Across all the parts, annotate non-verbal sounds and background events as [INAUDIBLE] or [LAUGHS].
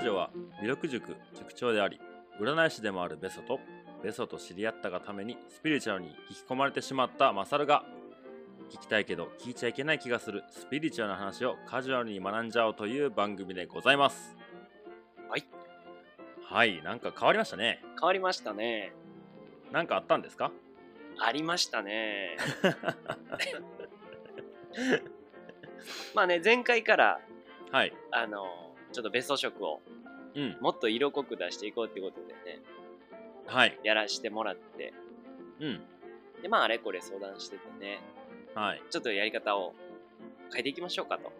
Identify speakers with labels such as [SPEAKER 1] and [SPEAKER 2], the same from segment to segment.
[SPEAKER 1] 魅力塾塾長であり占い師でもあるベソとベソと知り合ったがためにスピリチュアルに引き込まれてしまったマサルが聞きたいけど聞いちゃいけない気がするスピリチュアルな話をカジュアルに学んじゃおうという番組でございます
[SPEAKER 2] はい
[SPEAKER 1] はいなんか変わりましたね
[SPEAKER 2] 変わりましたね。
[SPEAKER 1] なんかあったんですか
[SPEAKER 2] ありました [LAUGHS] ね。まあね、前回から、
[SPEAKER 1] はい
[SPEAKER 2] あの、ちょっとベスト色を
[SPEAKER 1] うん
[SPEAKER 2] もっと色濃く出していこうってことでね、
[SPEAKER 1] はい
[SPEAKER 2] やらしてもらって、
[SPEAKER 1] うん
[SPEAKER 2] で、まああれこれ相談しててね、
[SPEAKER 1] はい
[SPEAKER 2] ちょっとやり方を変えていきましょうかと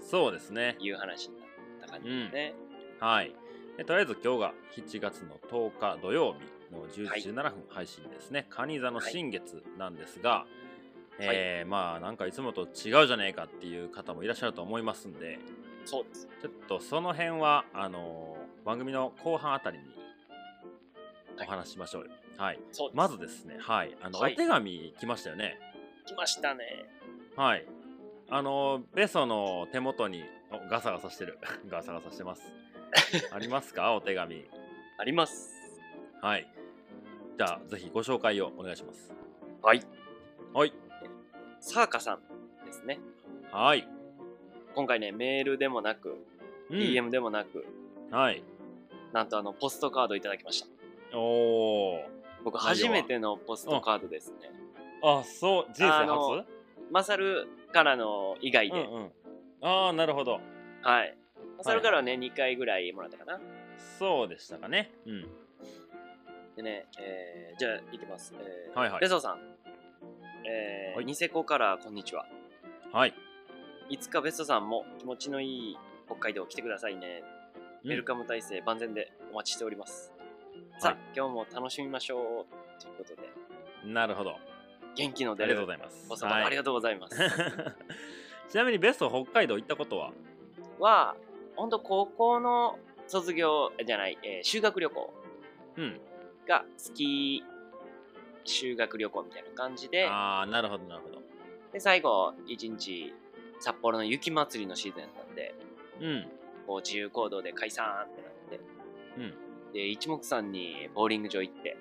[SPEAKER 1] そうですね
[SPEAKER 2] いう話になった感じですね。
[SPEAKER 1] はいでとりあえず今日が7月の10日土曜日の10
[SPEAKER 2] はい
[SPEAKER 1] 時17分配信ですね、カニ座の新月なんですが、えーまあなんかいつもと違うじゃねえかっていう方もいらっしゃると思いますんで
[SPEAKER 2] そうです。
[SPEAKER 1] ちょっとその辺はあのー番組の後半あたりに
[SPEAKER 2] はい
[SPEAKER 1] お話ししましょうよ、はい
[SPEAKER 2] そうです。
[SPEAKER 1] まずですねはいあの、
[SPEAKER 2] はい
[SPEAKER 1] お手紙来ましたよね
[SPEAKER 2] 来ましたね。
[SPEAKER 1] はいあのーベソの手元におガサガサしてる [LAUGHS] ガサガサしてますありますかお手紙
[SPEAKER 2] あります。
[SPEAKER 1] はい。じゃあ、ぜひご紹介をお願いします。
[SPEAKER 2] はい。
[SPEAKER 1] はい。
[SPEAKER 2] サーカさんですね。
[SPEAKER 1] はい。
[SPEAKER 2] 今回ね、メールでもなく、
[SPEAKER 1] うん
[SPEAKER 2] DM でもなく、
[SPEAKER 1] はい。
[SPEAKER 2] なんとあの、ポストカードいただきました。
[SPEAKER 1] おー。
[SPEAKER 2] 僕
[SPEAKER 1] 内容
[SPEAKER 2] 初
[SPEAKER 1] は
[SPEAKER 2] めてのポストカードですね。
[SPEAKER 1] あ、そう、人生
[SPEAKER 2] あの
[SPEAKER 1] 初
[SPEAKER 2] マサルからの以外
[SPEAKER 1] う
[SPEAKER 2] で、
[SPEAKER 1] んうん。ああ、なるほど。
[SPEAKER 2] はい。マサルからはね、2回ぐらいもらったかな。
[SPEAKER 1] そうでしたかね。うん。
[SPEAKER 2] でね、えーじゃあ、いきます。えー
[SPEAKER 1] はいはい
[SPEAKER 2] レソさん、えー
[SPEAKER 1] はい
[SPEAKER 2] ニセコからこんにちは。
[SPEAKER 1] はい。
[SPEAKER 2] いつかベストさんも気持ちのいい北海道来てくださいね。ウェルカム体制万全でお待ちしております。さあ、
[SPEAKER 1] はい
[SPEAKER 2] 今日も楽しみましょう。ということで、
[SPEAKER 1] なるほど。あ
[SPEAKER 2] 元気の出
[SPEAKER 1] りがとうご
[SPEAKER 2] る
[SPEAKER 1] ざいます。
[SPEAKER 2] おさまありが
[SPEAKER 1] と
[SPEAKER 2] とうございます。
[SPEAKER 1] [LAUGHS] ちなみにベスト北海道行ったことは
[SPEAKER 2] は、本当高校の卒業じゃない、えー修学旅行
[SPEAKER 1] うん。
[SPEAKER 2] がスキー修学旅行みたいな感じで、
[SPEAKER 1] ああ、なるほど、なるほど。
[SPEAKER 2] で最後、一日、札幌の雪まつりのシーズンだったんで、
[SPEAKER 1] うん。
[SPEAKER 2] こう自由行動で解散ってなって、
[SPEAKER 1] うん。
[SPEAKER 2] で、一目散にボーリング場行って、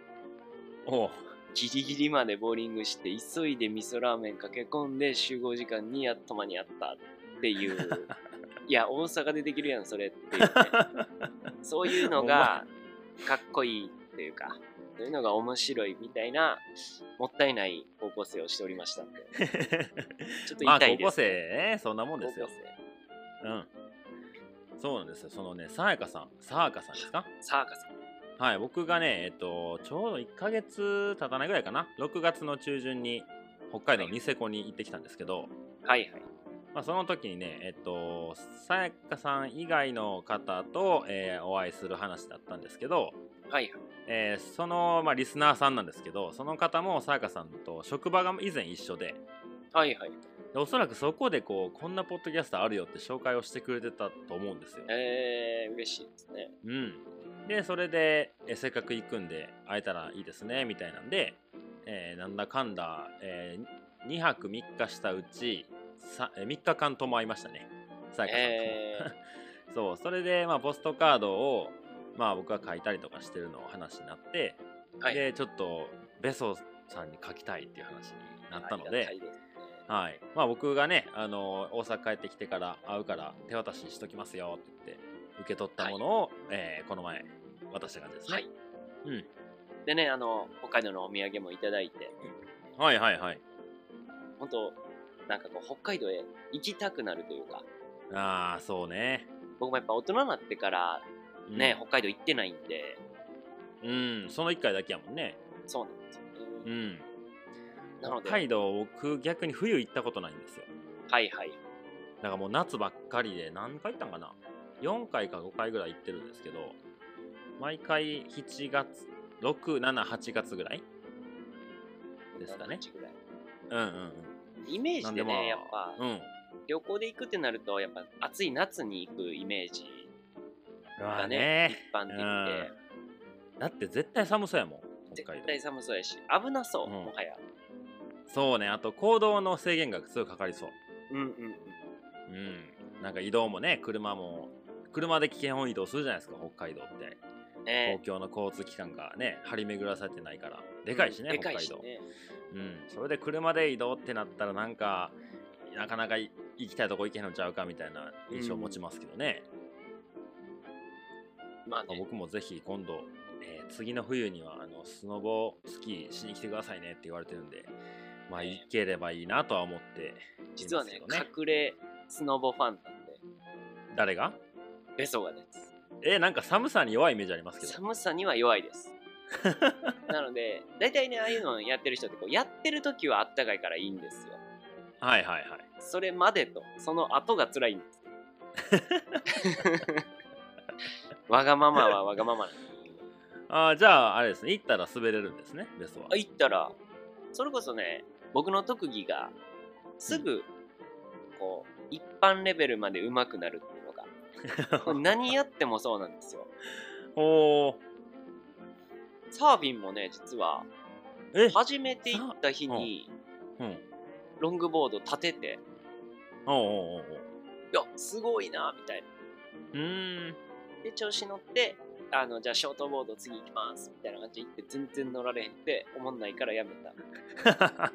[SPEAKER 1] おー
[SPEAKER 2] ギリギリまでボーリングして、急いで味噌ラーメン駆け込んで、集合時間にやっと間に合ったっ
[SPEAKER 1] [LAUGHS]
[SPEAKER 2] ていう、いや、大阪でできるやん、それっていうね、そういうのがかっこいいというか、そういうのが面白いみたいな、もったいない高校生をしておりましたんで、ちょっと
[SPEAKER 1] まあ、
[SPEAKER 2] 痛い
[SPEAKER 1] 高
[SPEAKER 2] で
[SPEAKER 1] 校
[SPEAKER 2] す。
[SPEAKER 1] 生ね、そんなもん
[SPEAKER 2] 高
[SPEAKER 1] ですよ
[SPEAKER 2] 校。
[SPEAKER 1] うん。そうなんですよ。そのね、さやかさん、さやかさんですか
[SPEAKER 2] 生。サーカス。
[SPEAKER 1] はい、僕がね、えっと、ちょうど1ヶ月経たないぐらいかな、6月の中旬に北海道ニセコに行ってきたんですけど、
[SPEAKER 2] はいはい。
[SPEAKER 1] まあ、その時にね、えっと、さやかさん以外の方と、えーお会いする話だったんですけど、
[SPEAKER 2] はいはい。
[SPEAKER 1] えーその、まあ、リスナーさんなんですけど、その方もさやかさんと職場が以前一緒で、
[SPEAKER 2] はいはい。
[SPEAKER 1] でおそらくそこでこう、こんなポッドキャストあるよって紹介をしてくれてたと思うんですよ。
[SPEAKER 2] えー、嬉しいですね。
[SPEAKER 1] うん、でそれでえせっかく行くんで会えたらいいですねみたいなんで、えーなんだかんだ、え2泊3日したうち3日間とも会いましたねさやかさんとも、
[SPEAKER 2] え
[SPEAKER 1] そうそれで、まあ、ポストカードを、まあ、僕が書いたりとかしてるのを話になって、
[SPEAKER 2] ー、はい。
[SPEAKER 1] でちょっとベソさんに書きたいっていう話になったので
[SPEAKER 2] ありがたいすね
[SPEAKER 1] はいまあ、僕がね、あの大阪帰ってきてから会うから手渡ししときますよって言って受け取ったものを、えーこの前渡した感じですね、
[SPEAKER 2] はいでね、あの、北海道のお土産もいただいて、
[SPEAKER 1] うん、はいはいはい
[SPEAKER 2] 本当なんかこう、北海道へ行きたくなるというか、
[SPEAKER 1] ああそうね、
[SPEAKER 2] 僕もやっぱ大人になってから
[SPEAKER 1] うん、
[SPEAKER 2] ね、北海道行ってないんで、
[SPEAKER 1] うんその1回だけやもんね
[SPEAKER 2] そうなんですよ
[SPEAKER 1] う
[SPEAKER 2] ね。
[SPEAKER 1] ん
[SPEAKER 2] なので、
[SPEAKER 1] 北海道僕逆に冬行ったことないんですよ
[SPEAKER 2] はいはい。
[SPEAKER 1] だからもう夏ばっかりで何回行ったんかな4回か5回ぐらい行ってるんですけど毎回7月678月ぐらいですかね
[SPEAKER 2] 7ぐらい
[SPEAKER 1] うんうん
[SPEAKER 2] イメージでね、
[SPEAKER 1] なんでまあ
[SPEAKER 2] やっぱ、
[SPEAKER 1] うんうん
[SPEAKER 2] 旅行で行くってなると、やっぱ暑い夏に行くイメージ
[SPEAKER 1] まあ
[SPEAKER 2] がね、
[SPEAKER 1] ね
[SPEAKER 2] 一般的で、
[SPEAKER 1] だって絶対寒そうやもん北海道
[SPEAKER 2] 絶対寒そうやし、危なそう、
[SPEAKER 1] うん
[SPEAKER 2] もはや。
[SPEAKER 1] そうねあと行動の制限がすごいかかりそう
[SPEAKER 2] うんうんうん。
[SPEAKER 1] うんなんか移動もね車も車で危険本位移動するじゃないですか北海道って
[SPEAKER 2] ね
[SPEAKER 1] 東京の交通機関がね張り巡らされてないからでかいしね、
[SPEAKER 2] で
[SPEAKER 1] 北
[SPEAKER 2] かい
[SPEAKER 1] 海
[SPEAKER 2] し
[SPEAKER 1] 道、
[SPEAKER 2] ね
[SPEAKER 1] うん、それで車で移動ってなったらなんかなかなかい行きたいとこ行けへんのちゃうかみたいな印象を持ちますけどね、
[SPEAKER 2] まあ
[SPEAKER 1] まあ
[SPEAKER 2] ね
[SPEAKER 1] 僕もぜひ今度、えー次の冬にはあのスノボスキーしに来てくださいねって言われてるんでまあ
[SPEAKER 2] ね
[SPEAKER 1] 行ければいいなとは思って
[SPEAKER 2] 実はね
[SPEAKER 1] いますけど
[SPEAKER 2] 隠れスノボファンなんで
[SPEAKER 1] 誰が
[SPEAKER 2] ベソがです
[SPEAKER 1] えーなんか寒さに弱いイメージありますけど
[SPEAKER 2] 寒さには弱いですなので大体ねああいうのやってる人ってこうやってる時はあったかいからいいんですよ
[SPEAKER 1] はいはいはい
[SPEAKER 2] それまでとその後が辛いんですわがままはわがま
[SPEAKER 1] [LAUGHS]
[SPEAKER 2] まなんだけど
[SPEAKER 1] あーじゃああれですね行ったら滑れるんですねベストは
[SPEAKER 2] あ行ったらそれこそね僕の特技がすぐこう一般レベルまで上手くなるっていうのがこれ何やってもそうなんですよ
[SPEAKER 1] [LAUGHS] おー
[SPEAKER 2] サーフィンもね実は
[SPEAKER 1] え
[SPEAKER 2] 初めて行った日に
[SPEAKER 1] うん
[SPEAKER 2] ロングボード立てて
[SPEAKER 1] おうおうおうおう
[SPEAKER 2] いやすごいなみたいな
[SPEAKER 1] うーん
[SPEAKER 2] で調子乗ってあのじゃあショートボード次行きますみたいな感じで行って全然乗られへんって思んないからやめた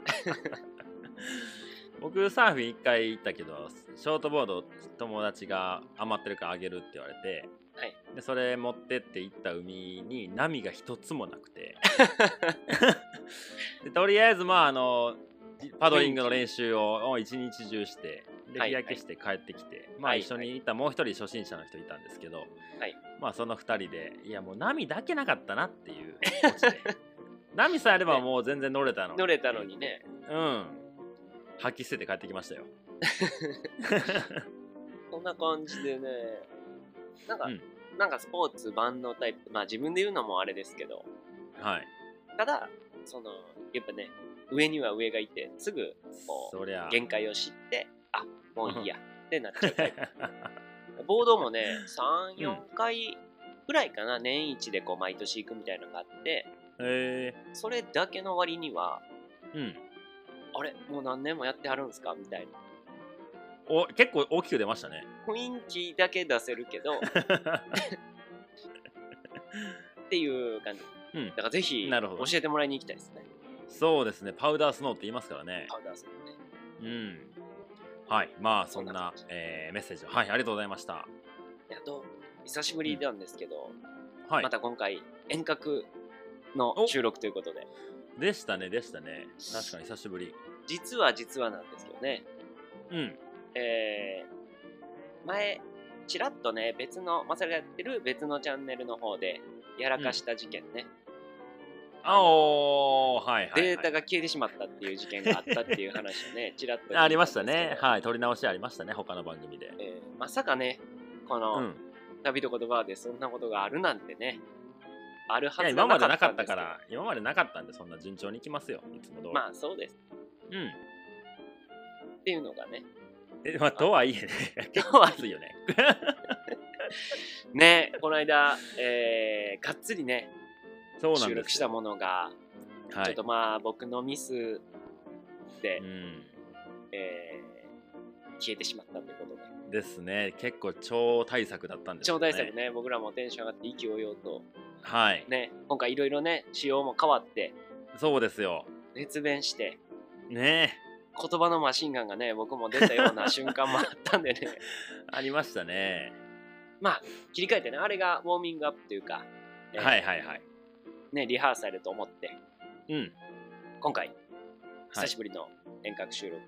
[SPEAKER 1] [LAUGHS] 僕サーフィン1回行ったけどショートボード友達が余ってるからあげるって言われて、
[SPEAKER 2] はい
[SPEAKER 1] でそれ持ってって行った海に波が一つもなく
[SPEAKER 2] [LAUGHS]
[SPEAKER 1] てでとりあえずまああのパドリングの練習を一日中してで
[SPEAKER 2] はい
[SPEAKER 1] 日焼けして帰ってきて、まあ
[SPEAKER 2] はい
[SPEAKER 1] 一緒にいたもう一人初心者の人いたんですけど、
[SPEAKER 2] はい
[SPEAKER 1] まあその2人でいやもう波だけなかったなっていうオチ
[SPEAKER 2] [LAUGHS]
[SPEAKER 1] で波さえあればもう全然乗れたのに
[SPEAKER 2] 乗れたのにね
[SPEAKER 1] うん。吐き捨てて帰ってきましたよ。
[SPEAKER 2] そんな感じでねなんか、
[SPEAKER 1] うん
[SPEAKER 2] なんかスポーツ万能タイプまあ自分で言うのもあれですけど
[SPEAKER 1] はい。
[SPEAKER 2] ただそのやっぱね上には上がいてすぐこう
[SPEAKER 1] そりゃ。
[SPEAKER 2] 限界を知ってあもういいやってなっちゃう
[SPEAKER 1] [LAUGHS]
[SPEAKER 2] タイプボードもね34回ぐらいかな、年一でこう毎年行くみたいなのがあって
[SPEAKER 1] え
[SPEAKER 2] それだけの割には
[SPEAKER 1] ー、うん。
[SPEAKER 2] あれもう何年もやってはるんですかみたいな
[SPEAKER 1] お結構大きく出ましたね。
[SPEAKER 2] 雰囲気だけ出せる
[SPEAKER 1] [LAUGHS]
[SPEAKER 2] けどっていう感じ
[SPEAKER 1] うん
[SPEAKER 2] だ。からぜひ
[SPEAKER 1] なるほど
[SPEAKER 2] 教えてもらいに行きたいですね
[SPEAKER 1] そうですね。パウダースノーって言いますからね
[SPEAKER 2] パ。ウダーさんもね
[SPEAKER 1] うん。はい。まあそん
[SPEAKER 2] そんな
[SPEAKER 1] な
[SPEAKER 2] 感じ、
[SPEAKER 1] えーメッセージをはい。ありがとうございました。
[SPEAKER 2] いやどう久しぶりなんですけど、
[SPEAKER 1] はい。
[SPEAKER 2] また今回遠隔の収録ということで
[SPEAKER 1] でしたねでしたね。確かに久しぶり。
[SPEAKER 2] 実は実はなんですけどね
[SPEAKER 1] うん。
[SPEAKER 2] えー前ちらっとね別のマサルがやってる別のチャンネルの方でやらかした事件ね、
[SPEAKER 1] あおーはいはい、はい。
[SPEAKER 2] データが消えてしまったっていう事件があったっていう話をね
[SPEAKER 1] [LAUGHS]
[SPEAKER 2] ちらっと聞いんですけど
[SPEAKER 1] ありましたね。はい。取り直しありましたね。他の番組で。
[SPEAKER 2] えーまさかねこ
[SPEAKER 1] う
[SPEAKER 2] の
[SPEAKER 1] ん。
[SPEAKER 2] 「旅と言葉」でそんなことがあるなんてねあるはい
[SPEAKER 1] や
[SPEAKER 2] ず
[SPEAKER 1] 今ま
[SPEAKER 2] が
[SPEAKER 1] で
[SPEAKER 2] な
[SPEAKER 1] な
[SPEAKER 2] か
[SPEAKER 1] か
[SPEAKER 2] っ
[SPEAKER 1] ったた
[SPEAKER 2] んですけ
[SPEAKER 1] か
[SPEAKER 2] ど
[SPEAKER 1] ら今までなかったんでそんな順調にいきますよいつも通り、
[SPEAKER 2] まあそうです
[SPEAKER 1] うん
[SPEAKER 2] っていうのがね
[SPEAKER 1] えまあとはいえね結
[SPEAKER 2] [LAUGHS] と
[SPEAKER 1] 構
[SPEAKER 2] はいえ
[SPEAKER 1] 熱いよね
[SPEAKER 2] ねこの間、えーがっつりね
[SPEAKER 1] そうなんですよ
[SPEAKER 2] 収録したものが、
[SPEAKER 1] はい
[SPEAKER 2] ちょっとまあ僕のミスで、
[SPEAKER 1] う
[SPEAKER 2] えー消えてしまったということで
[SPEAKER 1] んですね結構超対策だったんです
[SPEAKER 2] 超
[SPEAKER 1] よ
[SPEAKER 2] 大作ね僕らもテンション上がって意気揚々と
[SPEAKER 1] はい
[SPEAKER 2] ね今回いろいろね仕様も変わって
[SPEAKER 1] そうですよ
[SPEAKER 2] 熱弁して
[SPEAKER 1] ね
[SPEAKER 2] 言葉のマシンガンがね僕も出たような瞬間もあったんでね [LAUGHS]
[SPEAKER 1] えありましたね
[SPEAKER 2] 切り替えてねあれがウォーミングアップというか、えー
[SPEAKER 1] はいはいはい
[SPEAKER 2] ね、リハーサルと思って
[SPEAKER 1] うん
[SPEAKER 2] 今回久しぶりの遠隔収録、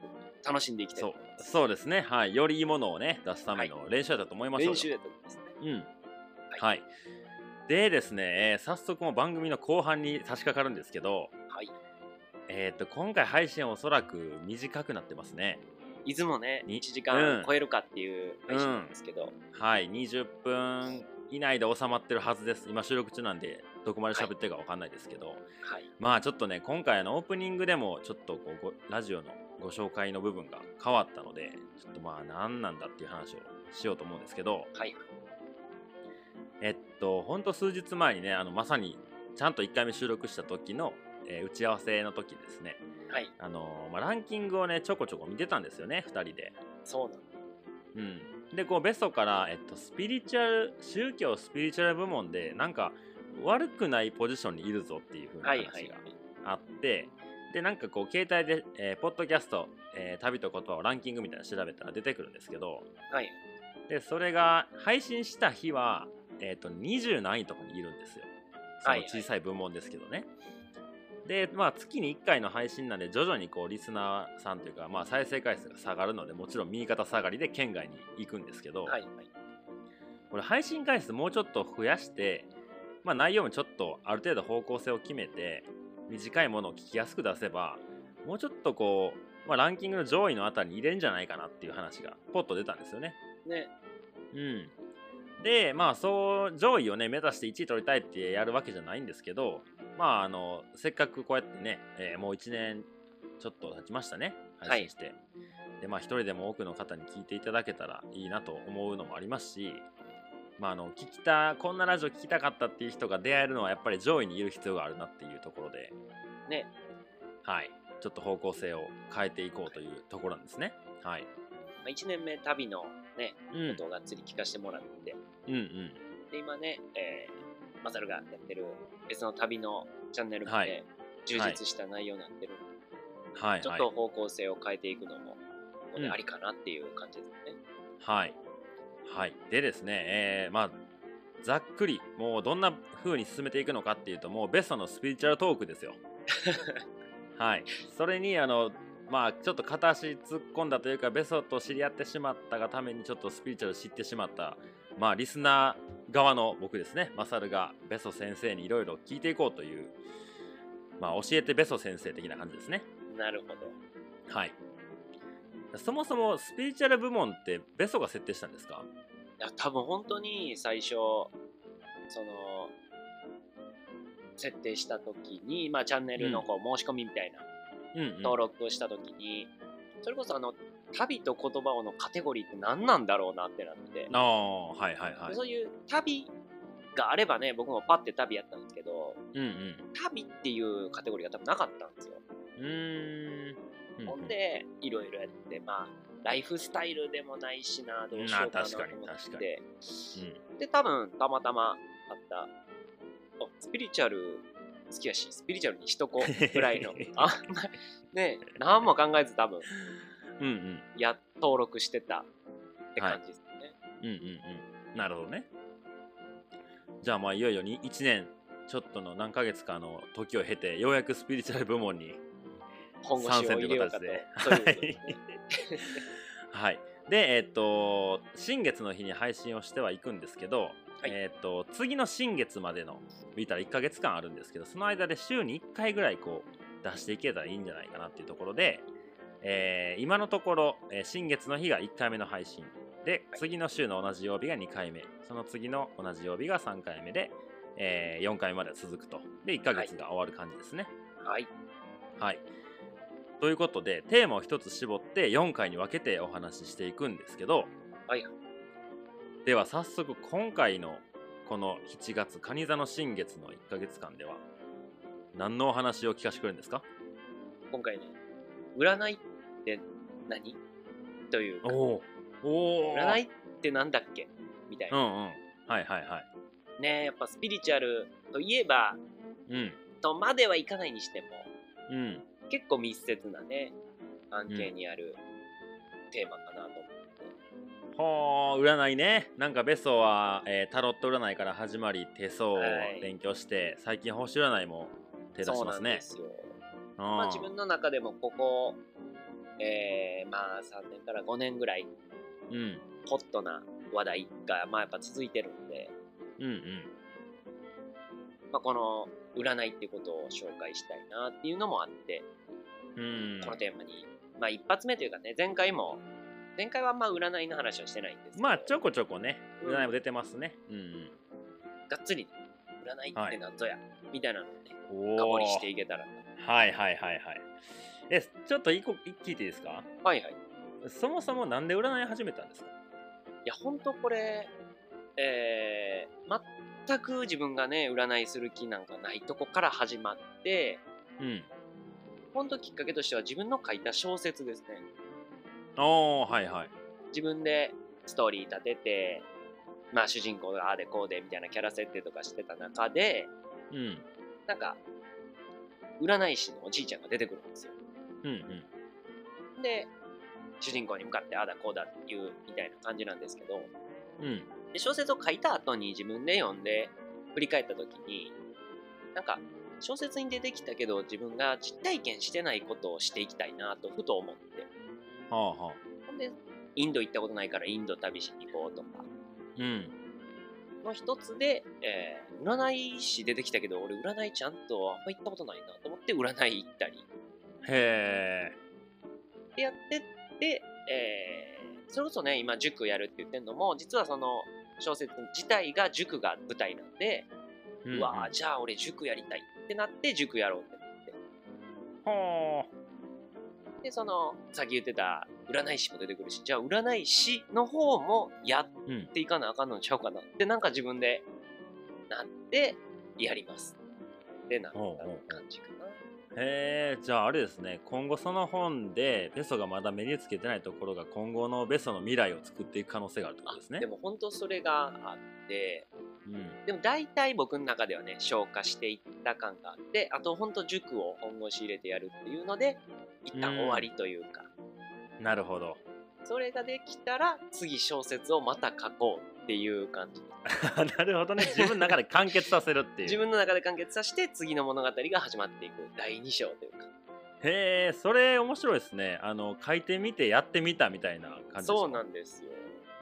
[SPEAKER 2] 楽しんでいきたいと
[SPEAKER 1] そう
[SPEAKER 2] 思います
[SPEAKER 1] そうですねはいよりいいものをね出すための練習だったと思いましょうよ
[SPEAKER 2] 練習だと思いますね
[SPEAKER 1] うんはいでですね、えー早速もう番組の後半に差し掛かるんですけど、
[SPEAKER 2] はい
[SPEAKER 1] えー、と今回配信はおそらく短くなってますね
[SPEAKER 2] いつもね
[SPEAKER 1] に
[SPEAKER 2] 1時間
[SPEAKER 1] うん
[SPEAKER 2] 超えるかっていう配信なんですけど、
[SPEAKER 1] はい20分以内で収まってるはずです今収録中なんでどこまで喋ってるかわかんないですけど、
[SPEAKER 2] はい
[SPEAKER 1] まあちょっとね今回あのオープニングでもちょっとこうごラジオのご紹介の部分が変わったのでちょっとまあ何なんだっていう話をしようと思うんですけど
[SPEAKER 2] はい
[SPEAKER 1] えっとほんと数日前にねあのまさにちゃんと1回目収録した時の、えー打ち合わせの時ですね
[SPEAKER 2] はい
[SPEAKER 1] あの、まあ、ランキングをねちょこちょこ見てたんですよね2人で
[SPEAKER 2] そうなん
[SPEAKER 1] うん、でこうベソから、えっと、スピリチュアル宗教スピリチュアル部門でなんか悪くないポジションにいるぞっていう風な
[SPEAKER 2] はい
[SPEAKER 1] 話
[SPEAKER 2] はい
[SPEAKER 1] があって、でなんかこう携帯で、えーポッドキャスト、えー旅と言葉をランキングみたいなの調べたら出てくるんですけど
[SPEAKER 2] はい
[SPEAKER 1] でそれが配信した日は、えっと20何位とかにいるんですよそ
[SPEAKER 2] はい
[SPEAKER 1] の
[SPEAKER 2] はい
[SPEAKER 1] 小さい部門ですけどね、でまあ月に1回の配信なんで徐々にこうリスナーさんというか、まあ、再生回数が下がるのでもちろん右肩下がりで県外に行くんですけど、
[SPEAKER 2] はいはい
[SPEAKER 1] これ配信回数もうちょっと増やして、まあ、内容もちょっとある程度方向性を決めて短いものを聞きやすく出せばもうちょっとこう、まあ、ランキングの上位のあたりに入れるんじゃないかなっていう話がポッと出たんですよね。
[SPEAKER 2] ね
[SPEAKER 1] うん、でまあそう上位をね目指して1位取りたいってやるわけじゃないんですけどまああのせっかくこうやってね、えーもう1年ちょっと経ちましたね配信して、でまあ一人でも多くの方に聞いていただけたらいいなと思うのもありますしまああの聞きたこんなラジオ聞きたかったっていう人が出会えるのはやっぱり上位にいる必要があるなっていうところで
[SPEAKER 2] ね
[SPEAKER 1] はいちょっと方向性を変えていこうというところなんですねはい、
[SPEAKER 2] まあ、1年目旅のね
[SPEAKER 1] うん、
[SPEAKER 2] ことをがっつり聞かせてもらって
[SPEAKER 1] うんうん
[SPEAKER 2] で今ね、えーマサルがやってる別の旅のチャンネルもね、
[SPEAKER 1] はい
[SPEAKER 2] 充実した内容になってる、
[SPEAKER 1] はい
[SPEAKER 2] ちょ
[SPEAKER 1] は
[SPEAKER 2] っ
[SPEAKER 1] い
[SPEAKER 2] と方向性を変えていくのも、これ
[SPEAKER 1] うん
[SPEAKER 2] ありかなっていう感じですね。
[SPEAKER 1] はい。はい。でですね、えーまあ、ざっくり、もうどんな風に進めていくのかっていうと、もうベストのスピリチュアルトークですよ。はい。それに、あの、まあ、ちょっと片足突っ込んだというか、ベソと知り合ってしまったがために、ちょっとスピリチュアル知ってしまった、まあ、リスナー側の僕ですね、マサルがベソ先生にいろいろ聞いていこうという、まあ、教えてベソ先生的な感じですね。
[SPEAKER 2] なるほど。
[SPEAKER 1] はい。そもそもスピリチュアル部門ってベソが設定したんですか
[SPEAKER 2] いや多分本当に最初、その、設定した時に、まあ、チャンネルのこう申し込みみたいな
[SPEAKER 1] うんうん、
[SPEAKER 2] 登録をした時に、それこそあの、旅と言葉をのカテゴリーって何なんだろうなってなって、
[SPEAKER 1] ああはいはいはい
[SPEAKER 2] そういう旅があればね、僕もパッて旅やったんですけど、
[SPEAKER 1] うんうん
[SPEAKER 2] 旅っていうカテゴリーが多分なかったんですよ。
[SPEAKER 1] うーんうん
[SPEAKER 2] ほんで、いろいろやって、まあ、ライフスタイルでもないしな、どうしようかなと思
[SPEAKER 1] まあ確
[SPEAKER 2] っ
[SPEAKER 1] かに、
[SPEAKER 2] て。で、多分、たまたまあった、あスピリチュアル好きやし、スピリチュアルにしとこうぐらいの
[SPEAKER 1] [LAUGHS]
[SPEAKER 2] あんまり、ね、何も考えず多分、
[SPEAKER 1] うんうん
[SPEAKER 2] や、登録してたって感じですね。
[SPEAKER 1] うんうんうんうんなるほどねじゃあまあいよいよに1年ちょっとの何ヶ月かの時を経てようやくスピリチュアル部門に
[SPEAKER 2] 本腰を入れようかと。そういうこと
[SPEAKER 1] とい
[SPEAKER 2] で
[SPEAKER 1] う
[SPEAKER 2] すね。
[SPEAKER 1] はいでえっと新月の日に配信をしてはいくんですけど、
[SPEAKER 2] い
[SPEAKER 1] えっと次の新月までの見たら1ヶ月間あるんですけどその間で週に1回ぐらいこう出していけたらいいんじゃないかなっていうところで、えー今のところ、えー新月の日が1回目の配信で次の週の同じ曜日が2回目その次の同じ曜日が3回目で、え4回目まで続くとで1ヶ月が終わる感じですね、
[SPEAKER 2] はい。
[SPEAKER 1] はい。ということで、テーマを一つ絞って4回に分けてお話ししていくんですけど、
[SPEAKER 2] はいは
[SPEAKER 1] では早速今回のこの7月、蟹座の新月の1ヶ月間では、何のお話を聞かせてくれるんですか
[SPEAKER 2] 今回ね、占いって何というか、
[SPEAKER 1] おお
[SPEAKER 2] 占い
[SPEAKER 1] い
[SPEAKER 2] ってなんだっけみたいうな。
[SPEAKER 1] んうん。はいはいはい。
[SPEAKER 2] ねやっぱスピリチュアルといえば、
[SPEAKER 1] うん。
[SPEAKER 2] とまではいかないにしても
[SPEAKER 1] うん。
[SPEAKER 2] 結構密接なね関係にあるテーマかなと
[SPEAKER 1] は
[SPEAKER 2] 思
[SPEAKER 1] あ、占いね。なんかベソは、えータロット占いから始まり、手相を
[SPEAKER 2] はい
[SPEAKER 1] 勉強して、最近星占いも手出
[SPEAKER 2] う、
[SPEAKER 1] し
[SPEAKER 2] そう
[SPEAKER 1] ま
[SPEAKER 2] な
[SPEAKER 1] す
[SPEAKER 2] んで
[SPEAKER 1] ね。
[SPEAKER 2] すよ、
[SPEAKER 1] うん
[SPEAKER 2] まあ、自分の中でもここ、えーまあ3年から5年ぐらい
[SPEAKER 1] うん。
[SPEAKER 2] ホットな話題がまあやっぱ続いてるんで、
[SPEAKER 1] うんうん。
[SPEAKER 2] まあ、この占いってことを紹介したいなっていうのもあって
[SPEAKER 1] うん
[SPEAKER 2] このテーマに、まあ一発目というかね前回も前回はまあ占いの話はしてないんですけど
[SPEAKER 1] まあちょこちょこね
[SPEAKER 2] うん
[SPEAKER 1] 占いも出てますね、うん
[SPEAKER 2] がっつりね、占いってなんぞや、みたいなのをね
[SPEAKER 1] うん、
[SPEAKER 2] 深掘
[SPEAKER 1] お
[SPEAKER 2] り
[SPEAKER 1] ー
[SPEAKER 2] していけたらな
[SPEAKER 1] はいはいはいはいえちょっと一個一個聞いていいですか
[SPEAKER 2] はいはい。い
[SPEAKER 1] そもそもなんで占い始めたんですか
[SPEAKER 2] や、ほんとこれ、えー、全く自分がね、占いする気なんかないとこから始まって、
[SPEAKER 1] うん
[SPEAKER 2] ほんときっかけとしては自分の書いた小説ですね。
[SPEAKER 1] おーはいはい
[SPEAKER 2] 自分でストーリー立ててまあ主人公がああでこうでみたいなキャラ設定とかしてた中で
[SPEAKER 1] うん
[SPEAKER 2] なんか占い師のおじいちゃんが出てくるんですよ
[SPEAKER 1] うんうん
[SPEAKER 2] で主人公に向かってああだこうだっていうみたいな感じなんですけど
[SPEAKER 1] うん
[SPEAKER 2] で小説を書いた後に自分で読んで振り返った時になんか小説に出てきたけど自分が実体験してないことをしていきたいなとふと思って
[SPEAKER 1] はあはあ
[SPEAKER 2] ほんでインド行ったことないからインド旅しに行こうとか
[SPEAKER 1] うん
[SPEAKER 2] の一つで、えー占い師出てきたけど俺占いちゃんとあんま行ったことないなと思って占い行ったり
[SPEAKER 1] へえ
[SPEAKER 2] でやってって、えーそれこそね今塾やるって言ってるのも実はその小説自体が塾が舞台なんで
[SPEAKER 1] う
[SPEAKER 2] うわーじゃあ俺塾やりたいってなって塾やろうってなって
[SPEAKER 1] は
[SPEAKER 2] でそのさっき言ってた占い師も出てくるしじゃあ占い師の方もやっ
[SPEAKER 1] あうん
[SPEAKER 2] ていかなあかんのちゃうかなってなんか自分でなってやりますってなった
[SPEAKER 1] ほうほう
[SPEAKER 2] 感じかな
[SPEAKER 1] へえじゃああれですね今後その本でベソがまだ目につけてないところが今後のベソの未来を作っていく可能性があるってことですね
[SPEAKER 2] でも本当それがあって
[SPEAKER 1] うん
[SPEAKER 2] でも大体僕の中ではね消化していった感があってあと本当塾を本腰入れてやるっていうので一旦終わりというか、
[SPEAKER 1] なるほど [LAUGHS]
[SPEAKER 2] それができたら次小説をまた書こうっていう感じ
[SPEAKER 1] なるほどね自分の中で完結させるっていう
[SPEAKER 2] [LAUGHS] 自分の中で完結させて次の物語が始まっていく第2章というか
[SPEAKER 1] へえそれ面白いですねあの書いてみてやってみたみたいな感じですか
[SPEAKER 2] そうなんですよ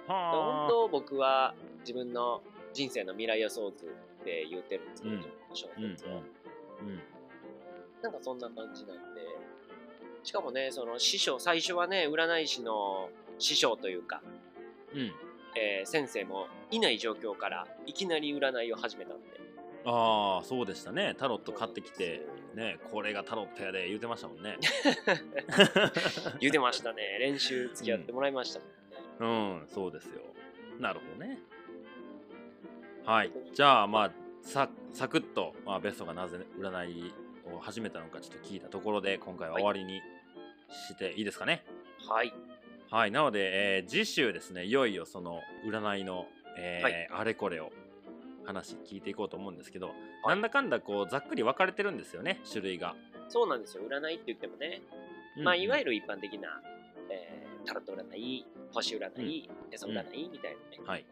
[SPEAKER 1] は
[SPEAKER 2] 本
[SPEAKER 1] あ
[SPEAKER 2] 当僕は自分の人生の未来予想図って言ってるんですけど、
[SPEAKER 1] うん
[SPEAKER 2] 小
[SPEAKER 1] うん
[SPEAKER 2] 説を、なんかそんな感じなんでしかもねその師匠最初はね占い師の師匠というか、
[SPEAKER 1] うんうん
[SPEAKER 2] えー先生もいない状況からいきなり占いを始めたんで
[SPEAKER 1] ああそうでしたねタロット買ってきてねこれがタロットやで言うてましたもん
[SPEAKER 2] [LAUGHS]
[SPEAKER 1] ね
[SPEAKER 2] 言うてましたね
[SPEAKER 1] [LAUGHS]
[SPEAKER 2] 練習付き合ってもらいましたもん
[SPEAKER 1] う
[SPEAKER 2] ね、
[SPEAKER 1] んそうですよなるほどねはいじゃあまあさサクッと、まあ、ベストがなぜ占いを始めたのかちょっと聞いたところで今回は終わりにしていいですかね
[SPEAKER 2] はい
[SPEAKER 1] はい、なので、えー次週ですねいよいよその占いの、えー
[SPEAKER 2] はい
[SPEAKER 1] あれこれを話聞いていこうと思うんですけど、なんだかんだこうざっくり分かれてるんですよね種類が。そう
[SPEAKER 2] そうなんですよ占いって言ってもねまあ、いわゆる一般的な、えータロット占い、星占い、手相占いみたいなね。
[SPEAKER 1] はい、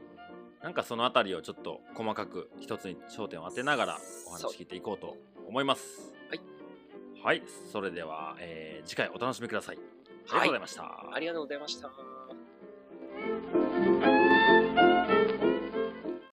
[SPEAKER 1] なんかその辺りをちょっと細かく一つに焦点を当てながらお
[SPEAKER 2] そう
[SPEAKER 1] 話聞いていこうと思います。
[SPEAKER 2] はい、
[SPEAKER 1] はい、それでは、えー次回お楽しみください。ありがとうございました。
[SPEAKER 2] ありがとうございました。